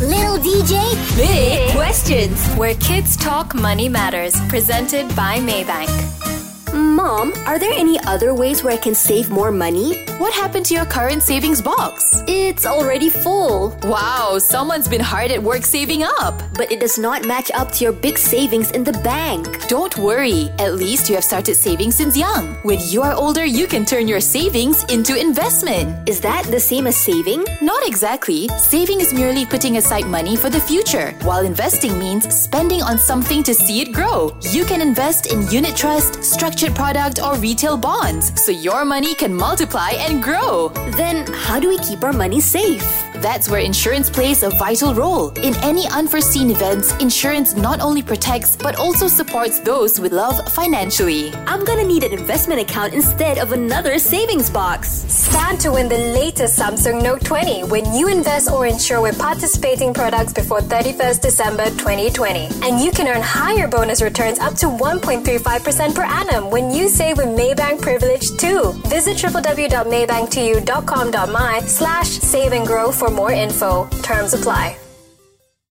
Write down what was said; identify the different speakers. Speaker 1: Little DJ,
Speaker 2: Big questions where kids talk money matters. Presented by Maybank.
Speaker 3: Mom, are there any other ways where I can save more money?
Speaker 4: What happened to your current savings box?
Speaker 3: It's already full,
Speaker 4: Wow, someone's been hard at work saving up.
Speaker 3: but it does not match up to your big savings in the bank.
Speaker 4: Don't worry, at least you have started saving since young. When you are older, you can turn your savings into investment.
Speaker 3: Is that the same as saving?
Speaker 4: Not exactly. Saving is merely putting aside money for the future, while investing means spending on something to see it grow. You can invest in unit trust, structured product, or retail bonds, so your money can multiply and grow.
Speaker 3: Then how do we keep our money safe?
Speaker 4: That's where insurance plays a vital role. In any unforeseen events, insurance not only protects but also supports those we love financially.
Speaker 3: I'm gonna need an investment account instead of another savings box.
Speaker 2: Stand to win the latest Samsung Note 20 when you invest or insure with participating products before 31st December 2020. And you can earn higher bonus returns up to 1.35% per annum when you save with Maybank Privilege too. Visit www.maybanktu.com.my slash save and grow for more info. Terms apply.